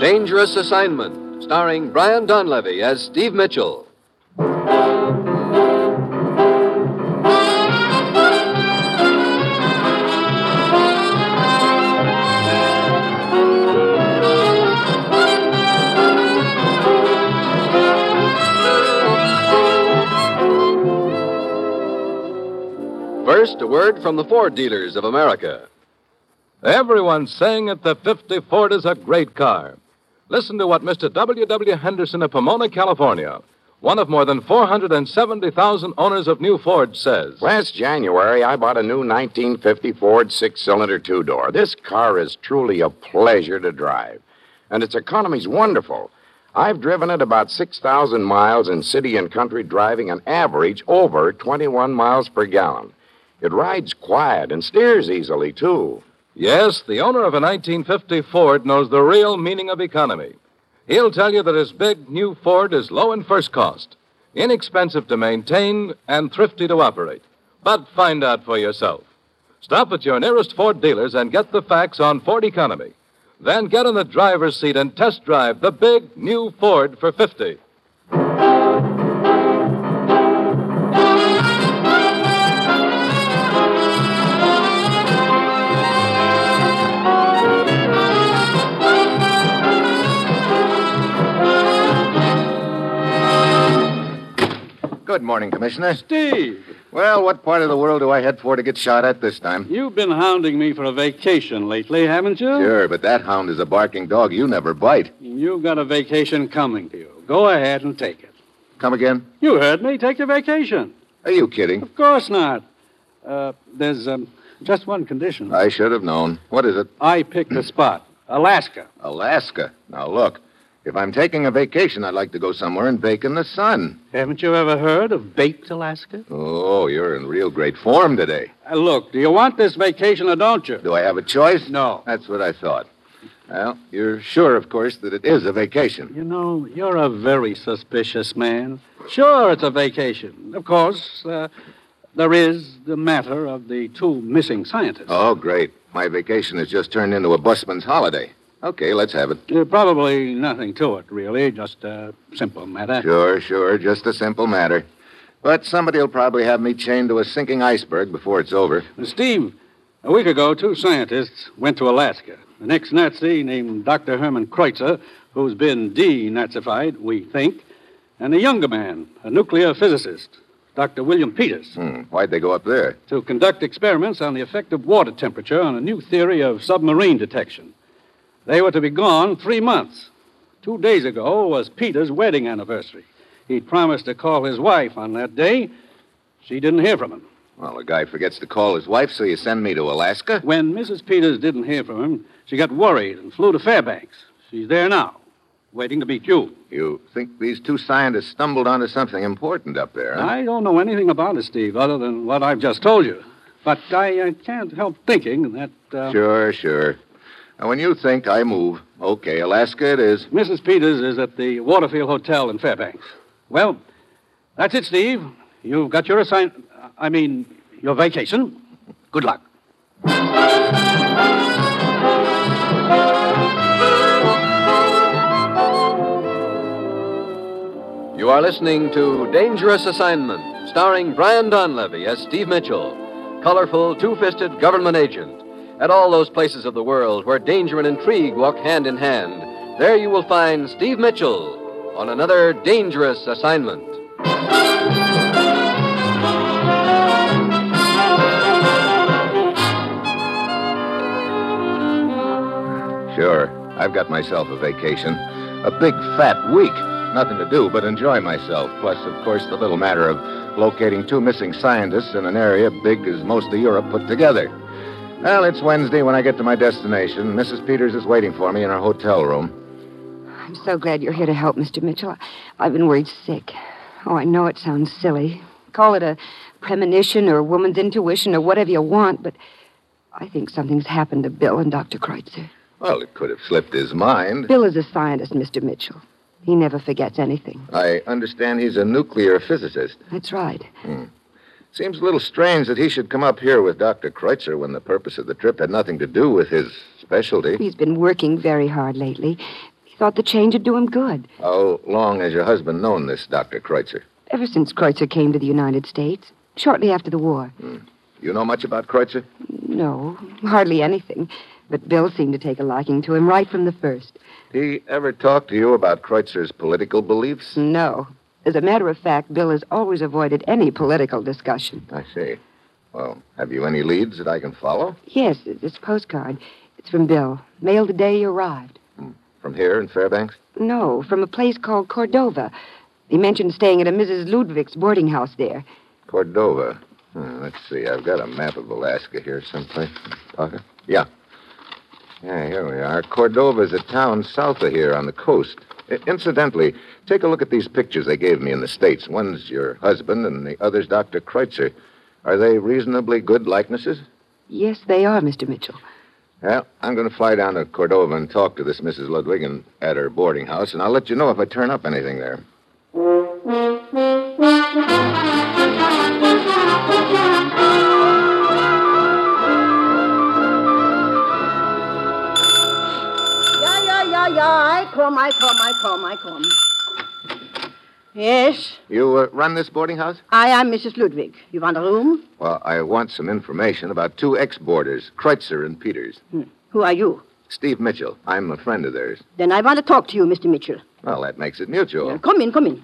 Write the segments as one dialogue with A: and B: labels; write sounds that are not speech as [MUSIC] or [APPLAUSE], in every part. A: Dangerous Assignment, starring Brian Donlevy as Steve Mitchell. First, a word from the Ford dealers of America.
B: Everyone's saying that the 50 Ford is a great car. Listen to what Mr. W. W. Henderson of Pomona, California, one of more than 470,000 owners of new Fords, says.
C: Last January, I bought a new 1950 Ford six cylinder two door. This car is truly a pleasure to drive, and its economy's wonderful. I've driven it about 6,000 miles in city and country, driving an average over 21 miles per gallon. It rides quiet and steers easily, too.
B: Yes, the owner of a 1950 Ford knows the real meaning of economy. He'll tell you that his big new Ford is low in first cost, inexpensive to maintain, and thrifty to operate. But find out for yourself. Stop at your nearest Ford dealers and get the facts on Ford economy. Then get in the driver's seat and test drive the big new Ford for 50.
D: Good morning, Commissioner.
E: Steve,
D: Well, what part of the world do I head for to get shot at this time?
E: you've been hounding me for a vacation lately, haven't you?
D: Sure, but that hound is a barking dog. You never bite.
E: You've got a vacation coming to you. Go ahead and take it.
D: Come again?
E: You heard me. Take your vacation.
D: Are you kidding?
E: Of course not. Uh, there's um, just one condition.
D: I should have known. What is it?
E: I picked the spot Alaska.
D: Alaska. Now, look, if I'm taking a vacation, I'd like to go somewhere and bake in the sun.
E: Haven't you ever heard of baked Alaska?
D: Oh, you're in real great form today.
E: Uh, look, do you want this vacation or don't you?
D: Do I have a choice?
E: No.
D: That's what I thought. Well, you're sure, of course, that it is a vacation.
E: You know, you're a very suspicious man. Sure, it's a vacation. Of course, uh, there is the matter of the two missing scientists.
D: Oh, great. My vacation has just turned into a busman's holiday. Okay, let's have it.
E: Uh, probably nothing to it, really. Just a simple matter.
D: Sure, sure. Just a simple matter. But somebody will probably have me chained to a sinking iceberg before it's over.
E: Steve, a week ago, two scientists went to Alaska. An ex Nazi named Dr. Herman Kreutzer, who's been de Nazified, we think, and a younger man, a nuclear physicist, Dr. William Peters,
D: Hmm, why'd they go up there?
E: to conduct experiments on the effect of water temperature on a new theory of submarine detection. They were to be gone three months. Two days ago was Peter's wedding anniversary. He'd promised to call his wife on that day. She didn't hear from him.
D: Well, a guy forgets to call his wife, so you send me to Alaska?
E: When Mrs. Peters didn't hear from him, she got worried and flew to Fairbanks. She's there now, waiting to meet you.
D: You think these two scientists stumbled onto something important up there, huh?
E: I don't know anything about it, Steve, other than what I've just told you. But I uh, can't help thinking that uh,
D: Sure, sure. Now, when you think, I move. Okay, Alaska it is.
E: Mrs. Peters is at the Waterfield Hotel in Fairbanks. Well, that's it, Steve. You've got your assign I mean, your vacation. Good luck.
A: You are listening to Dangerous Assignment, starring Brian Donlevy as Steve Mitchell, colorful, two fisted government agent. At all those places of the world where danger and intrigue walk hand in hand, there you will find Steve Mitchell on another Dangerous Assignment.
D: Sure. I've got myself a vacation. A big fat week. Nothing to do but enjoy myself. Plus, of course, the little matter of locating two missing scientists in an area big as most of Europe put together. Well, it's Wednesday when I get to my destination. Mrs. Peters is waiting for me in her hotel room.
F: I'm so glad you're here to help, Mr. Mitchell. I've been worried sick. Oh, I know it sounds silly. Call it a premonition or a woman's intuition or whatever you want, but I think something's happened to Bill and Dr. Kreutzer.
D: Well, it could have slipped his mind.
F: Bill is a scientist, Mr. Mitchell. He never forgets anything.
D: I understand he's a nuclear physicist.
F: That's right.
D: Seems a little strange that he should come up here with Dr. Kreutzer when the purpose of the trip had nothing to do with his specialty.
F: He's been working very hard lately. thought the change would do him good.
D: How long has your husband known this Dr. Kreutzer?
F: Ever since Kreutzer came to the United States, shortly after the war.
D: You know much about Kreutzer?
F: No, hardly anything. But Bill seemed to take a liking to him right from the first.
D: He ever talked to you about Kreutzer's political beliefs?
F: No. As a matter of fact, Bill has always avoided any political discussion.
D: I see. Well, have you any leads that I can follow?
F: Yes, this postcard. It's from Bill. Mailed the day he arrived.
D: From here in Fairbanks?
F: No, from a place called Cordova. He mentioned staying at a Mrs. Ludwig's boarding house there.
D: Cordova. Hmm, let's see. I've got a map of Alaska here someplace. Pocket? Yeah. Yeah, here we are. Cordova's a town south of here on the coast. I- incidentally, take a look at these pictures they gave me in the States. One's your husband, and the other's Dr. Kreutzer. Are they reasonably good likenesses?
F: Yes, they are, Mr. Mitchell.
D: Well, I'm going to fly down to Cordova and talk to this Mrs. Ludwig and at her boarding house, and I'll let you know if I turn up anything there.
G: Yeah, yeah, yeah, yeah. I come, I come, I come, I come. Yes,
D: You uh, run this boarding house?
G: I am Mrs. Ludwig. You want a room?
D: Well, I want some information about two ex boarders, Kreutzer and Peters.
G: Hmm. Who are you?
D: Steve Mitchell. I'm a friend of theirs.
G: Then I want to talk to you, Mr. Mitchell.
D: Well, that makes it mutual.
G: Come in, come in.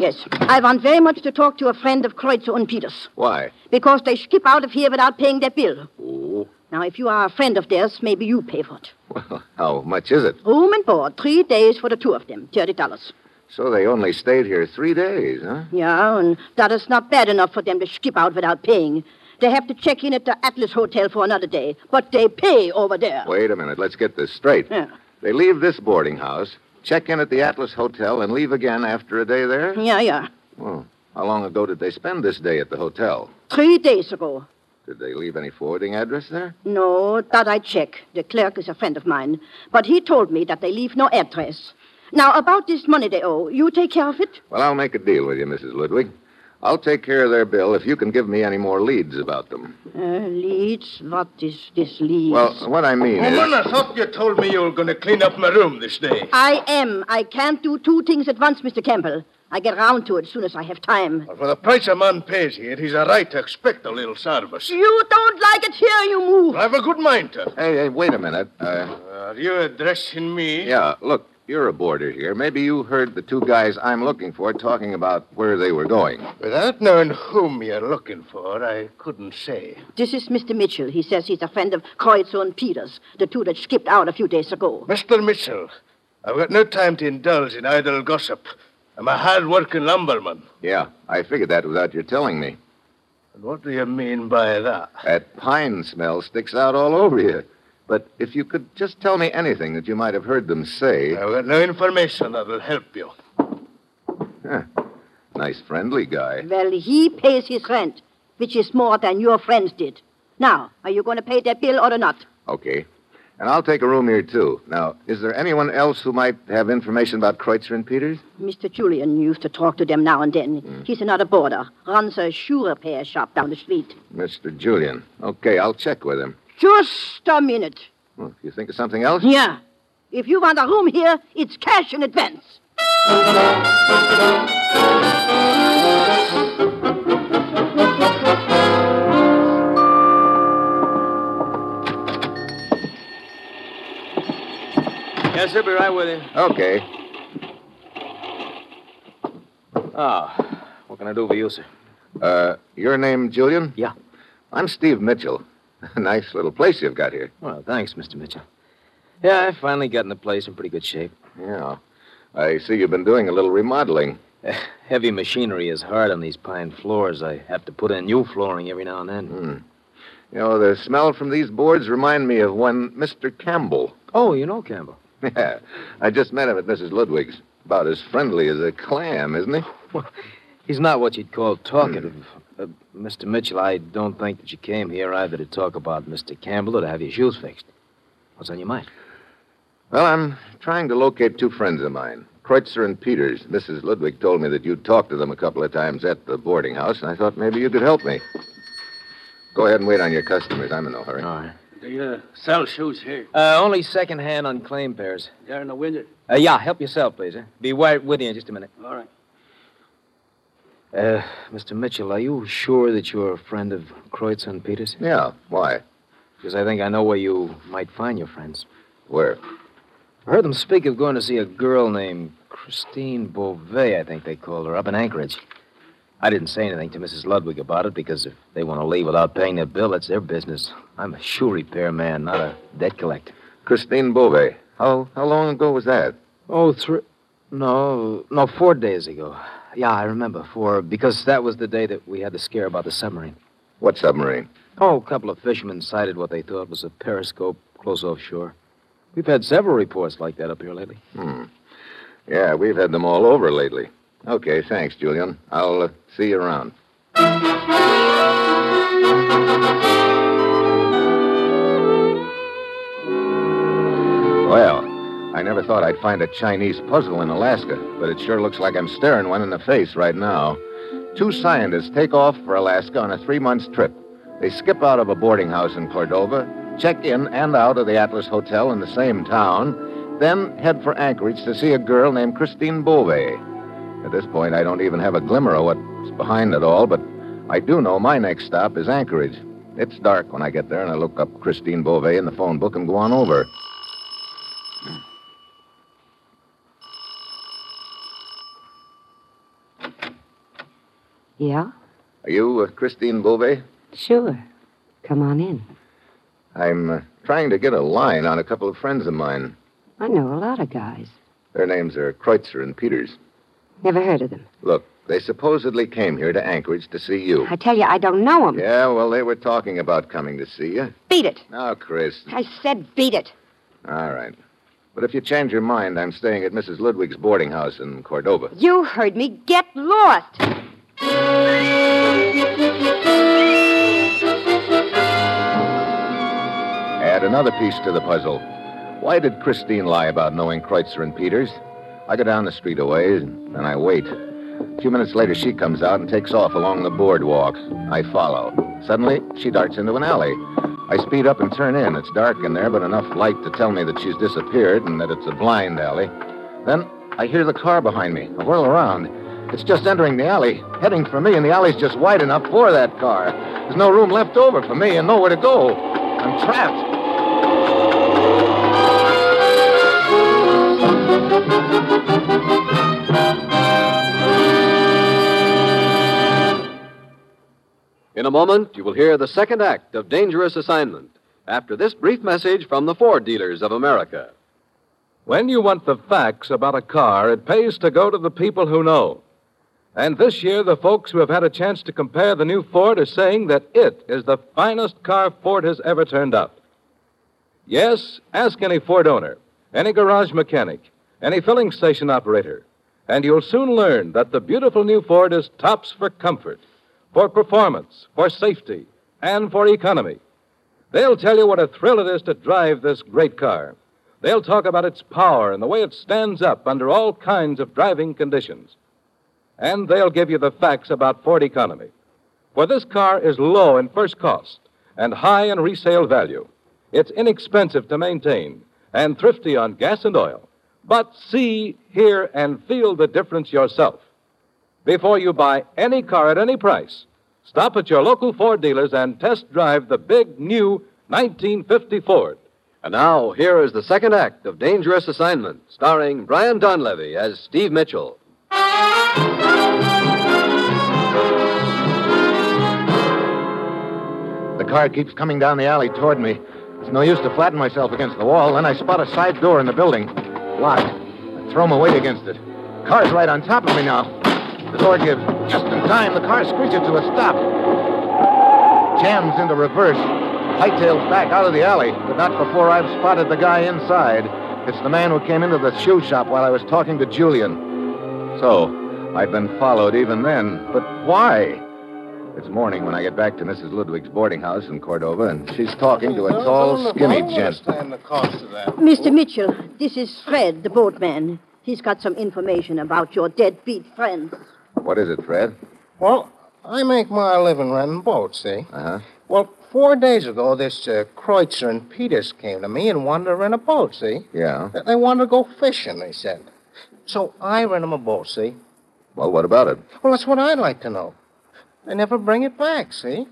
G: Yes, I want very much to talk to a friend of Kreutzer and Peters
D: Why?
G: because they skip out of here without paying their bill.
D: Oh.
G: Now, if you are a friend of theirs, maybe you pay for it.
D: Well, how much is it?
G: Room and board, three days for the two of them, thirty dollars.
D: So they only stayed here three days, huh?
G: Yeah, and that is not bad enough for them to skip out without paying. They have to check in at the Atlas Hotel for another day, but they pay over there.
D: Wait a minute. Let's get this straight.
G: Yeah.
D: They leave this boarding house, check in at the Atlas Hotel, and leave again after a day there?
G: Yeah, yeah.
D: Well, how long ago did they spend this day at the hotel?
G: Three days ago.
D: Did they leave any forwarding address there?
G: No, that I check. The clerk is a friend of mine, but he told me that they leave no address. Now, about this money they owe, you take care of it?
D: Well, I'll make a deal with you, Mrs. Ludwig. I'll take care of their bill if you can give me any more leads about them.
G: Uh, Leeds, what is this Leeds?
D: Well, what I mean is.
H: Woman, I thought you told me you were going to clean up my room this day.
G: I am. I can't do two things at once, Mr. Campbell. I get round to it as soon as I have time.
H: For the price a man pays here, he's a right to expect a little service.
G: You don't like it here, you move.
H: I've a good mind to.
D: Hey, hey, wait a minute. Uh,
H: Are you addressing me?
D: yeah, look, you're a boarder here. Maybe you heard the two guys I'm looking for talking about where they were going.
H: Without knowing whom you're looking for, I couldn't say.
G: This is Mr. Mitchell. He says he's a friend of Kreutzer and Peters, the two that skipped out a few days ago.
H: Mr. Mitchell, I've got no time to indulge in idle gossip. I'm a hard-working lumberman.
D: Yeah, I figured that without your telling me.
H: And what do you mean by that?
D: That pine smell sticks out all over you. But if you could just tell me anything that you might have heard them say.
H: I've got no information that'll help you.
D: Nice, friendly guy.
G: Well, he pays his rent, which is more than your friends did. Now, are you going to pay their bill or not?
D: Okay. And I'll take a room here, too. Now, is there anyone else who might have information about Kreutzer and Peters?
G: Mr. Julian used to talk to them now and then. He's another boarder, runs a shoe repair shop down the street.
D: Mr. Julian. Okay, I'll check with him.
G: Just a minute.
D: Well, if you think of something else?
G: Yeah. If you want a room here, it's cash in advance.
E: Yes, sir, be right with you.
D: Okay.
E: Ah, what can I do for you, sir?
D: Uh, your name, Julian?
E: Yeah.
D: I'm Steve Mitchell. [LAUGHS] nice little place you've got here.
E: Well, thanks, Mr. Mitchell. Yeah, I finally got in the place in pretty good shape.
D: Yeah. I see you've been doing a little remodeling.
E: Uh, Heavy machinery is hard on these pine floors. I have to put in new flooring every now and then.
D: Hmm. You know, the smell from these boards remind me of one Mr. Campbell.
E: Oh, you know Campbell.
D: [LAUGHS] Yeah. I just met him at Mrs. Ludwig's. About as friendly as a clam, isn't he?
E: He's not what you'd call talkative.
D: Hmm.
E: Uh, Mr. Mitchell, I don't think that you came here either to talk about Mr. Campbell or to have your shoes fixed. What's on your mind?
D: Well, I'm trying to locate two friends of mine, Kreutzer and Peters. Mrs. Ludwig told me that you talked to them a couple of times at the boarding house, and I thought maybe you could help me. Go ahead and wait on your customers. I'm in no hurry.
E: All right. Do you uh, sell shoes here?
I: Uh, only secondhand unclaimed pairs.
E: There in the window?
I: Uh, yeah, help yourself, please. Huh? Be right with you in just a minute.
E: All right.
I: Uh, Mr. Mitchell, are you sure that you're a friend of Kreutz and Peters?
D: Yeah, why?
I: Because I think I know where you might find your friends.
D: Where?
I: I heard them speak of going to see a girl named Christine Beauvais, I think they called her, up in Anchorage. I didn't say anything to Mrs. Ludwig about it because if they want to leave without paying their bill, that's their business. I'm a shoe repair man, not a debt collector.
D: Christine Beauvais. How, how long ago was that?
I: Oh, three. No, no, four days ago. Yeah, I remember. Four, because that was the day that we had the scare about the submarine.
D: What submarine?
I: Oh, a couple of fishermen sighted what they thought was a periscope close offshore. We've had several reports like that up here lately.
D: Hmm. Yeah, we've had them all over lately. Okay, thanks, Julian. I'll uh, see you around. Well, I never thought I'd find a Chinese puzzle in Alaska, but it sure looks like I'm staring one in the face right now. Two scientists take off for Alaska on a three month trip. They skip out of a boarding house in Cordova, check in and out of the Atlas Hotel in the same town, then head for Anchorage to see a girl named Christine Beauvais. At this point, I don't even have a glimmer of what's behind it all, but I do know my next stop is Anchorage. It's dark when I get there, and I look up Christine Beauvais in the phone book and go on over.
F: Yeah?
D: Are you uh, Christine Beauvais?
F: Sure. Come on in.
D: I'm uh, trying to get a line on a couple of friends of mine.
F: I know a lot of guys.
D: Their names are Kreutzer and Peters.
F: Never heard of them.
D: Look, they supposedly came here to Anchorage to see you.
F: I tell you, I don't know them.
D: Yeah, well, they were talking about coming to see you.
F: Beat it.
D: Now, Chris.
F: I said beat it.
D: All right. But if you change your mind, I'm staying at Mrs. Ludwig's boarding house in Cordova.
F: You heard me. Get lost.
D: Add another piece to the puzzle. Why did Christine lie about knowing Kreutzer and Peters? I go down the street a ways, and I wait. A few minutes later, she comes out and takes off along the boardwalk. I follow. Suddenly, she darts into an alley. I speed up and turn in. It's dark in there, but enough light to tell me that she's disappeared and that it's a blind alley. Then I hear the car behind me. I whirl around. It's just entering the alley, heading for me, and the alley's just wide enough for that car. There's no room left over for me and nowhere to go. I'm trapped.
A: In a moment, you will hear the second act of Dangerous Assignment after this brief message from the Ford dealers of America.
B: When you want the facts about a car, it pays to go to the people who know. And this year, the folks who have had a chance to compare the new Ford are saying that it is the finest car Ford has ever turned out. Yes, ask any Ford owner, any garage mechanic, any filling station operator, and you'll soon learn that the beautiful new Ford is tops for comfort, for performance, for safety, and for economy. They'll tell you what a thrill it is to drive this great car. They'll talk about its power and the way it stands up under all kinds of driving conditions. And they'll give you the facts about Ford economy. For this car is low in first cost and high in resale value. It's inexpensive to maintain and thrifty on gas and oil. But see, hear, and feel the difference yourself. Before you buy any car at any price, stop at your local Ford dealers and test drive the big new 1950 Ford.
A: And now, here is the second act of Dangerous Assignment, starring Brian Donlevy as Steve Mitchell.
D: The car keeps coming down the alley toward me. It's no use to flatten myself against the wall. Then I spot a side door in the building. Locked. I throw my weight against it. Car's right on top of me now. The door gives. Just in time, the car screeches to a stop. Jams into reverse. Hightails back out of the alley, but not before I've spotted the guy inside. It's the man who came into the shoe shop while I was talking to Julian. So, I've been followed even then. But why? It's morning when I get back to Mrs. Ludwig's boarding house in Cordova, and she's talking to a tall, skinny gent.
H: the cost of that.
G: Mr. Mitchell, this is Fred, the boatman. He's got some information about your deadbeat friend.
D: What is it, Fred?
H: Well, I make my living renting boats, see?
D: Uh huh.
H: Well,
J: Four days ago, this uh, Kreutzer and Peters came to me and wanted to rent a boat, see?
D: Yeah.
J: That They wanted to go fishing, they said. So I rent them a boat, see?
D: Well, what about it?
J: Well, that's what I'd like to know. They never bring it back, see?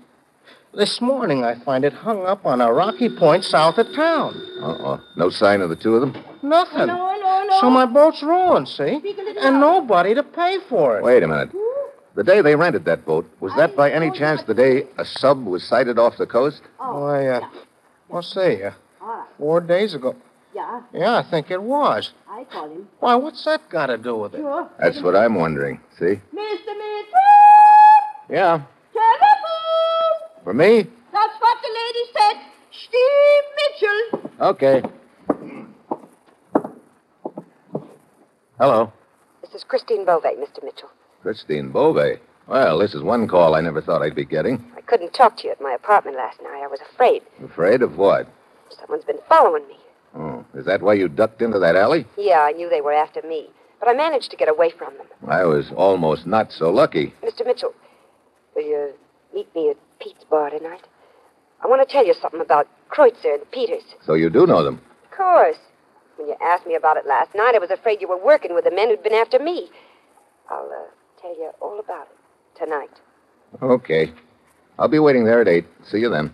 J: This morning, I find it hung up on a rocky point south of town.
D: Uh-oh. Uh-uh. No sign of the two of them?
J: Nothing. Oh, No, no, no. So my boat's ruined, see? And nobody to pay for it.
D: Wait a minute. The day they rented that boat, was that by any chance the day a sub was sighted off the coast?
J: Oh, I, uh, let's see, uh, four days ago.
G: Yeah,
J: Yeah, I think it was.
G: I call him.
J: Why, what's that got to do with it?
G: Sure.
D: That's what I'm wondering. See?
G: Mr. Mr.
D: Yeah.
G: Telephone!
D: For me?
G: That's what the lady said. Steve Mitchell.
D: Okay. Hello.
F: This is Christine Bovey, Mr. Mitchell.
D: Christine Bove. Well, this is one call I never thought I'd be getting.
F: I couldn't talk to you at my apartment last night. I was afraid.
D: Afraid of what?
F: Someone's been following me.
D: Oh, is that why you ducked into that alley?
F: Yeah, I knew they were after me, but I managed to get away from them.
D: I was almost not so lucky.
F: Mr. Mitchell, will you meet me at Pete's bar tonight? I want to tell you something about Kreutzer and Peters.
D: So you do know them.
F: Of course. When you asked me about it last night, I was afraid you were working with the men who'd been after me. I'll uh, tell you all about it tonight.
D: Okay. I'll be waiting there at 8. See you then.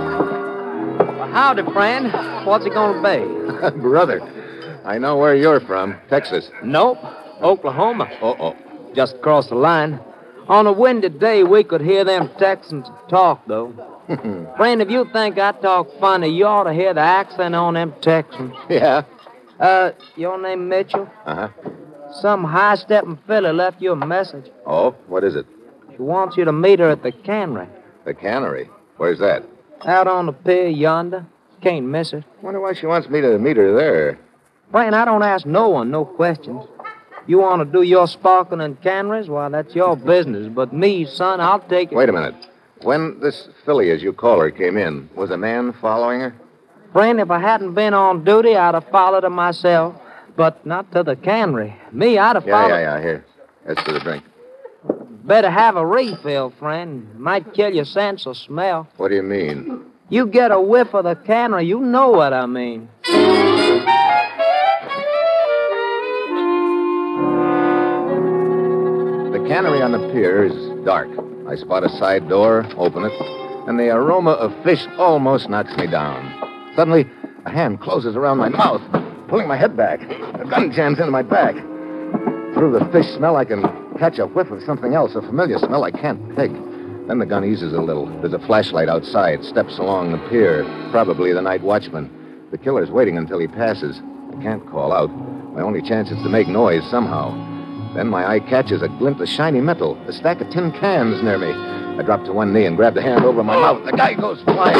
K: Well, howdy, friend. What's it going to
D: [LAUGHS] Brother, I know where you're from Texas.
K: Nope. Oklahoma.
D: Uh oh.
K: be? Just across the line. On a windy day, we could hear them Texans talk, though.
D: [LAUGHS]
K: Friend, if you think I talk funny, you ought to hear the accent on them Texans.
D: [LAUGHS] Yeah.
K: Uh, your name Mitchell?
D: Uh huh.
K: Some high-stepping fella left you a message.
D: Oh, what is it?
K: She wants you to meet her at the cannery.
D: The cannery. Where's that?
K: Out on the pier yonder. Can't miss her.
D: Wonder why she wants me to meet her there.
K: Friend, I don't ask no one no questions. You want to do your sparkling and canneries? Why, that's your business. But me, son, I'll take it.
D: Wait a minute. When this filly, as you call her, came in, was a man following her?
K: Friend, if I hadn't been on duty, I'd have followed her myself. But not to the cannery. Me, I'd have
D: Yeah,
K: followed.
D: yeah, yeah. Here. That's for the drink.
K: Better have a refill, friend. Might kill your sense of smell.
D: What do you mean?
K: You get a whiff of the cannery, you know what I mean.
D: The cannery on the pier is dark. I spot a side door, open it, and the aroma of fish almost knocks me down. Suddenly, a hand closes around my mouth, pulling my head back. A gun jams into my back. Through the fish smell, I can catch a whiff of something else, a familiar smell I can't peg. Then the gun eases a little. There's a flashlight outside, steps along the pier, probably the night watchman. The killer's waiting until he passes. I can't call out. My only chance is to make noise somehow. Then my eye catches a glint of shiny metal, a stack of tin cans near me. I drop to one knee and grab the hand over my mouth. The guy goes flying.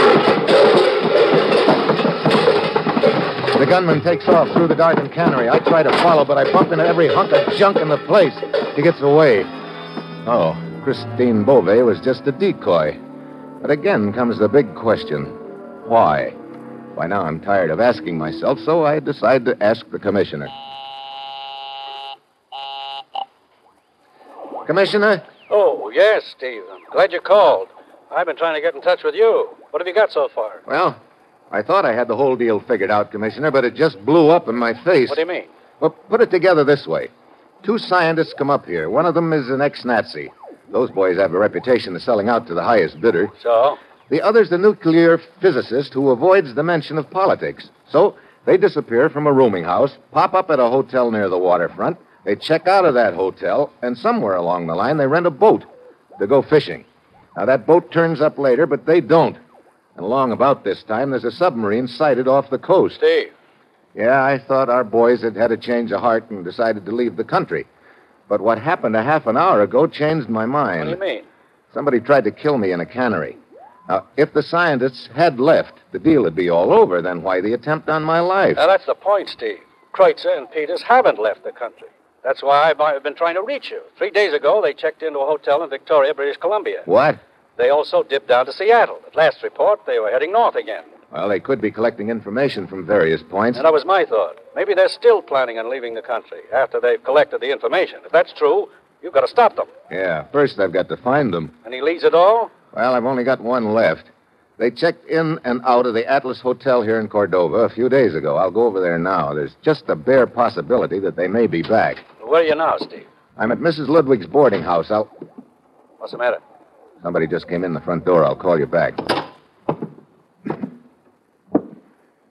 D: The gunman takes off through the garden cannery. I try to follow, but I bump into every hunk of junk in the place. He gets away. Oh, Christine Bove was just a decoy. But again comes the big question why? By now I'm tired of asking myself, so I decide to ask the commissioner. Commissioner?
E: Oh, yes, Steve. I'm glad you called. I've been trying to get in touch with you. What have you got so far?
D: Well, I thought I had the whole deal figured out, Commissioner, but it just blew up in my face.
E: What do you mean?
D: Well, put it together this way. Two scientists come up here. One of them is an ex-Nazi. Those boys have a reputation of selling out to the highest bidder.
E: So?
D: The other's the nuclear physicist who avoids the mention of politics. So they disappear from a rooming house, pop up at a hotel near the waterfront. They check out of that hotel, and somewhere along the line, they rent a boat to go fishing. Now, that boat turns up later, but they don't. And along about this time, there's a submarine sighted off the coast.
E: Steve.
D: Yeah, I thought our boys had had a change of heart and decided to leave the country. But what happened a half an hour ago changed my mind.
E: What do you mean?
D: Somebody tried to kill me in a cannery. Now, if the scientists had left, the deal would be all over. Then why the attempt on my life?
E: Now, that's the point, Steve. Kreutzer and Peters haven't left the country. That's why I've- I've been trying to reach you. Three days ago, they checked into a hotel in Victoria, British Columbia.
D: What?
E: They also dipped down to Seattle. At last report, they were heading north again.
D: Well, they could be collecting information from various points.
E: And that was my thought. Maybe they're still planning on leaving the country after they've collected the information. If that's true, you've got to stop them.
D: Yeah, first I've got to find them.
E: Any leads at all?
D: Well, I've only got one left. They checked in and out of the Atlas Hotel here in Cordova a few days ago. I'll go over there now. There's just a bare possibility that they may be back.
E: Where are you now, Steve?
D: I'm at Mrs. Ludwig's boarding house. I'll.
E: What's the matter?
D: Somebody just came in the front door. I'll call you back.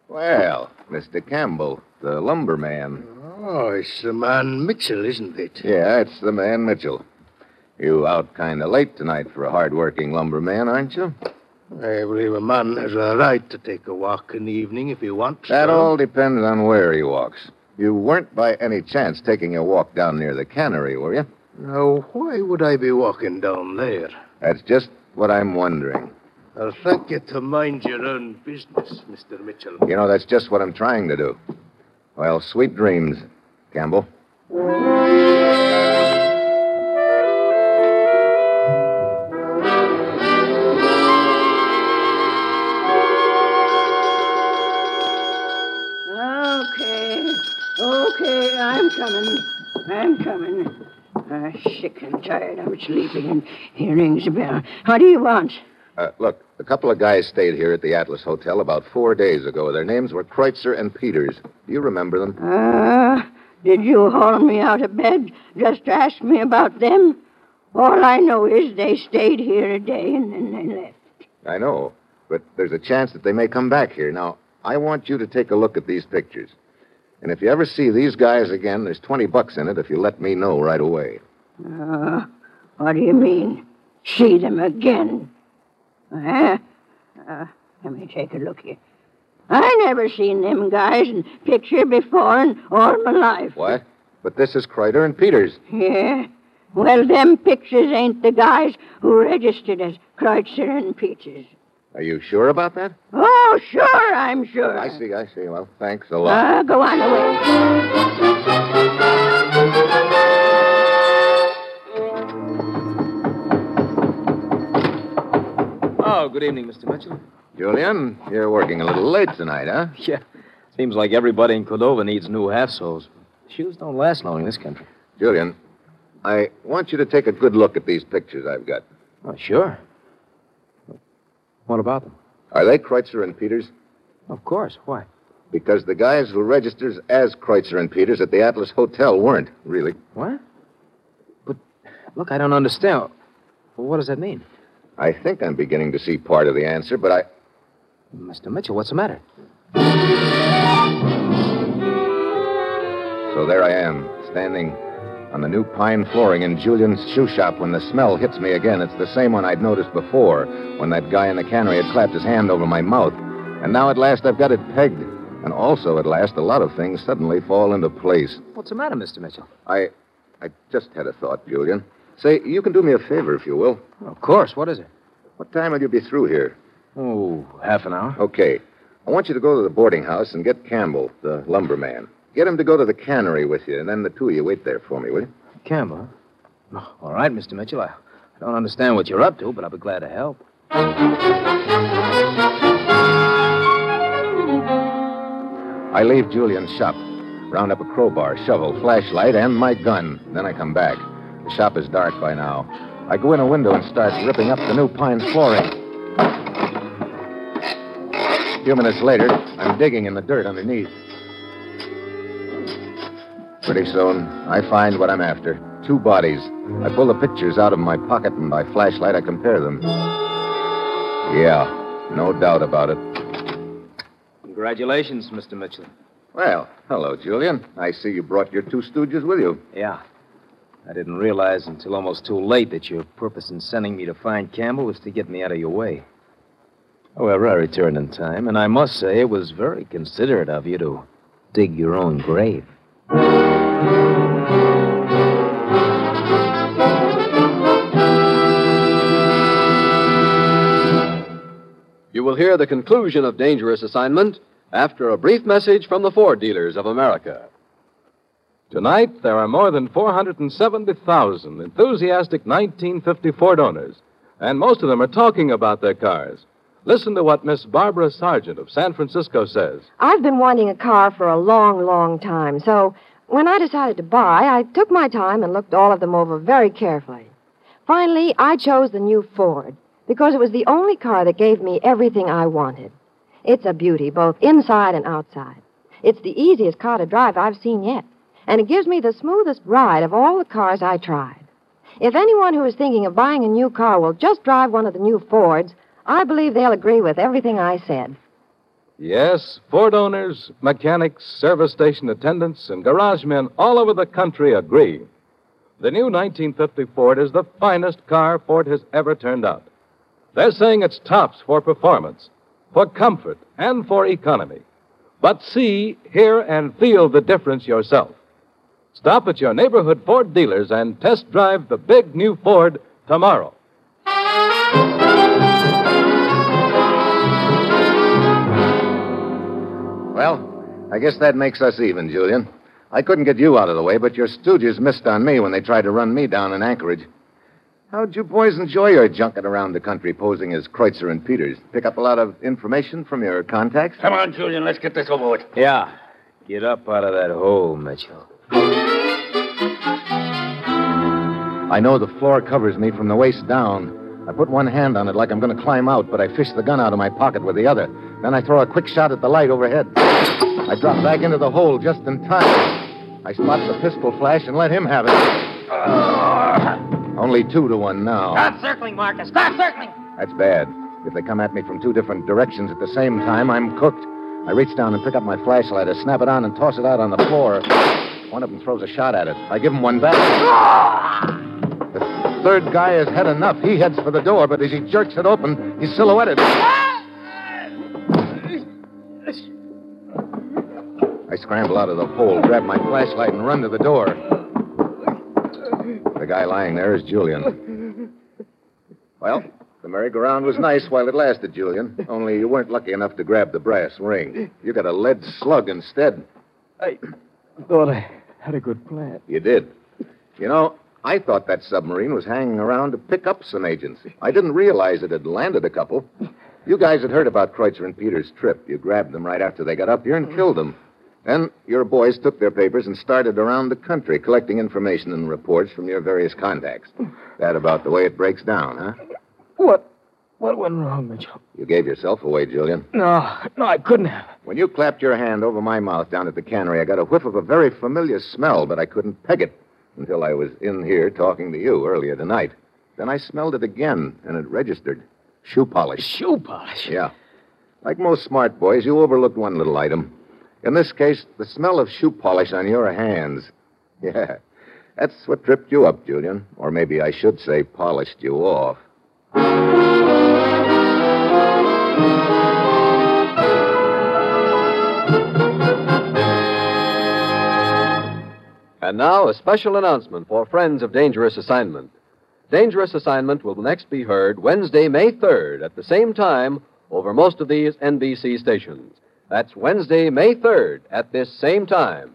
D: Well, Mr. Campbell, the lumberman.
H: Oh, it's the man Mitchell, isn't it?
D: Yeah, it's the man Mitchell. You out kind of late tonight for a hard-working lumberman, aren't you?
H: I believe a man has a right to take a walk in the evening if he wants.
D: That
H: to.
D: all depends on where he walks. You weren't by any chance taking a walk down near the cannery, were you?
H: Now, why would I be walking down there?
D: That's just what I'm wondering.
H: I'll thank you to mind your own business, Mr. Mitchell.
D: You know, that's just what I'm trying to do. Well, sweet dreams, Campbell.
L: Okay. Okay, I'm coming. I'm coming. I'm sick and tired. I'm sleeping, and here rings a bell. What do you want?
D: Uh, look, a couple of guys stayed here at the Atlas Hotel about four days ago. Their names were Kreutzer and Peters. Do you remember them?
L: Uh, did you haul me out of bed just to ask me about them? All I know is they stayed here a day and then they left.
D: I know, but there's a chance that they may come back here. Now, I want you to take a look at these pictures. And if you ever see these guys again, there's 20 bucks in it if you let me know right away.
L: Uh, what do you mean? See them again? Huh? Uh, let me take a look here. I never seen them guys in picture before in all my life.
D: What? But this is Kreuter and Peters.
L: Yeah. Well, them pictures ain't the guys who registered as Kreutzer and Peters.
D: Are you sure about that?
L: Oh, sure, I'm sure.
D: I see, I see. Well, thanks a lot.
L: Uh, go on away.
I: Oh, good evening, Mr. Mitchell.
D: Julian, you're working a little late tonight, huh?
I: [LAUGHS] Yeah. Seems like everybody in Cordova needs new half soles. Shoes don't last long in this country.
D: Julian, I want you to take a good look at these pictures I've got.
I: Oh, sure. What about them?
D: Are they Kreutzer and Peters?
I: Of course. Why?
D: Because the guys who registers as Kreutzer and Peters at the Atlas Hotel weren't, really.
I: What? But look, I don't understand. Well, what does that mean?
D: I think I'm beginning to see part of the answer, but I.
I: Mr. Mitchell, what's the matter?
D: So there I am, standing on the new pine flooring in Julian's shoe shop when the smell hits me again. It's the same one I'd noticed before when that guy in the cannery had clapped his hand over my mouth. And now at last I've got it pegged. And also at last a lot of things suddenly fall into place.
I: What's the matter, Mr. Mitchell?
D: I. I just had a thought, Julian. Say, you can do me a favor if you will.
I: Of course. What is it?
D: What time will you be through here?
I: Oh, half an hour.
D: Okay. I want you to go to the boarding house and get Campbell, the lumberman. Get him to go to the cannery with you, and then the two of you wait there for me, will you?
I: Campbell? Oh, all right, Mr. Mitchell. I, I don't understand what you're up to, but I'll be glad to help.
D: I leave Julian's shop, round up a crowbar, shovel, flashlight, and my gun. Then I come back. The shop is dark by now. I go in a window and start ripping up the new pine flooring. A few minutes later, I'm digging in the dirt underneath. Pretty soon, I find what I'm after two bodies. I pull the pictures out of my pocket, and by flashlight, I compare them. Yeah, no doubt about it.
I: Congratulations, Mr. Mitchell.
D: Well, hello, Julian. I see you brought your two stooges with you.
I: Yeah. I didn't realize until almost too late that your purpose in sending me to find Campbell was to get me out of your way. However, I returned in time, and I must say it was very considerate of you to dig your own grave.
A: You will hear the conclusion of Dangerous Assignment after a brief message from the Ford dealers of America.
B: Tonight, there are more than 470,000 enthusiastic 1954 owners, and most of them are talking about their cars. Listen to what Miss Barbara Sargent of San Francisco says.
M: I've been wanting a car for a long, long time, so when I decided to buy, I took my time and looked all of them over very carefully. Finally, I chose the new Ford because it was the only car that gave me everything I wanted. It's a beauty, both inside and outside. It's the easiest car to drive I've seen yet, and it gives me the smoothest ride of all the cars I tried. If anyone who is thinking of buying a new car will just drive one of the new Fords, I believe they'll agree with everything I said.
B: Yes, Ford owners, mechanics, service station attendants, and garage men all over the country agree. The new 1950 Ford is the finest car Ford has ever turned out. They're saying it's tops for performance, for comfort, and for economy. But see, hear, and feel the difference yourself. Stop at your neighborhood Ford dealers and test drive the big new Ford tomorrow.
D: Well, I guess that makes us even, Julian. I couldn't get you out of the way, but your stooges missed on me when they tried to run me down in Anchorage. How'd you boys enjoy your junket around the country posing as Kreutzer and Peters? Pick up a lot of information from your contacts?
N: Come on, Julian, let's get this over with.
I: Yeah. Get up out of that hole, Mitchell.
D: I know the floor covers me from the waist down. I put one hand on it like I'm going to climb out, but I fish the gun out of my pocket with the other. Then I throw a quick shot at the light overhead. I drop back into the hole just in time. I spot the pistol flash and let him have it. Only two to one now.
O: Stop circling, Marcus. Stop circling.
D: That's bad. If they come at me from two different directions at the same time, I'm cooked. I reach down and pick up my flashlight, I snap it on, and toss it out on the floor. One of them throws a shot at it. I give him one back. The third guy has had enough. He heads for the door, but as he jerks it open, he's silhouetted. I scramble out of the hole, grab my flashlight, and run to the door. The guy lying there is Julian. Well, the merry-go-round was nice while it lasted, Julian. Only you weren't lucky enough to grab the brass ring. You got a lead slug instead.
K: I thought I had a good plan.
D: You did. You know, I thought that submarine was hanging around to pick up some agents. I didn't realize it had landed a couple. You guys had heard about Kreutzer and Peter's trip. You grabbed them right after they got up here and killed them. Then your boys took their papers and started around the country collecting information and reports from your various contacts. That about the way it breaks down, huh?
K: What? What went wrong, Mitchell?
D: You gave yourself away, Julian.
K: No, no, I couldn't have.
D: When you clapped your hand over my mouth down at the cannery, I got a whiff of a very familiar smell, but I couldn't peg it until I was in here talking to you earlier tonight. Then I smelled it again, and it registered shoe polish.
K: Shoe polish?
D: Yeah. Like most smart boys, you overlooked one little item. In this case, the smell of shoe polish on your hands. [LAUGHS] Yeah. That's what tripped you up, Julian. Or maybe I should say, polished you off.
A: And now, a special announcement for friends of Dangerous Assignment. Dangerous Assignment will next be heard Wednesday, May 3rd, at the same time over most of these NBC stations. That's Wednesday, May 3rd, at this same time.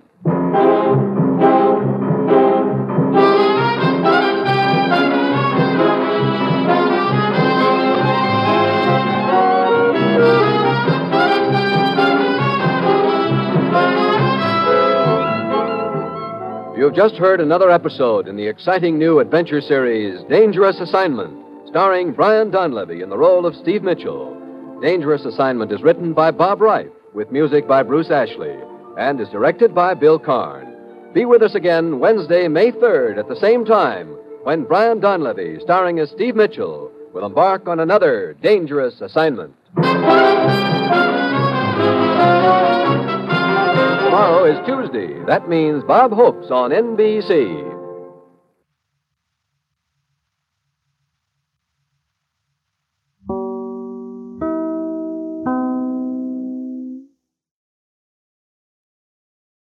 A: You've just heard another episode in the exciting new adventure series, Dangerous Assignment, starring Brian Donlevy in the role of Steve Mitchell. Dangerous Assignment is written by Bob Reif, with music by Bruce Ashley, and is directed by Bill Karn. Be with us again Wednesday, May 3rd, at the same time, when Brian Donlevy, starring as Steve Mitchell, will embark on another Dangerous Assignment.
G: [LAUGHS]
A: Tomorrow is Tuesday. That means Bob Hope's on NBC.